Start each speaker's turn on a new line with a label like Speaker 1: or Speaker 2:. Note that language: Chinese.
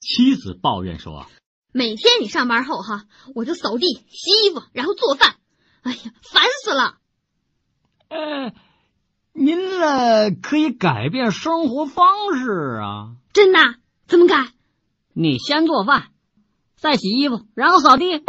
Speaker 1: 妻子抱怨说啊，
Speaker 2: 每天你上班后哈，我就扫地、洗衣服，然后做饭，哎呀，烦死了！
Speaker 1: 呃，您呢可以改变生活方式啊。
Speaker 2: 真的？怎么改？
Speaker 3: 你先做饭，再洗衣服，然后扫地。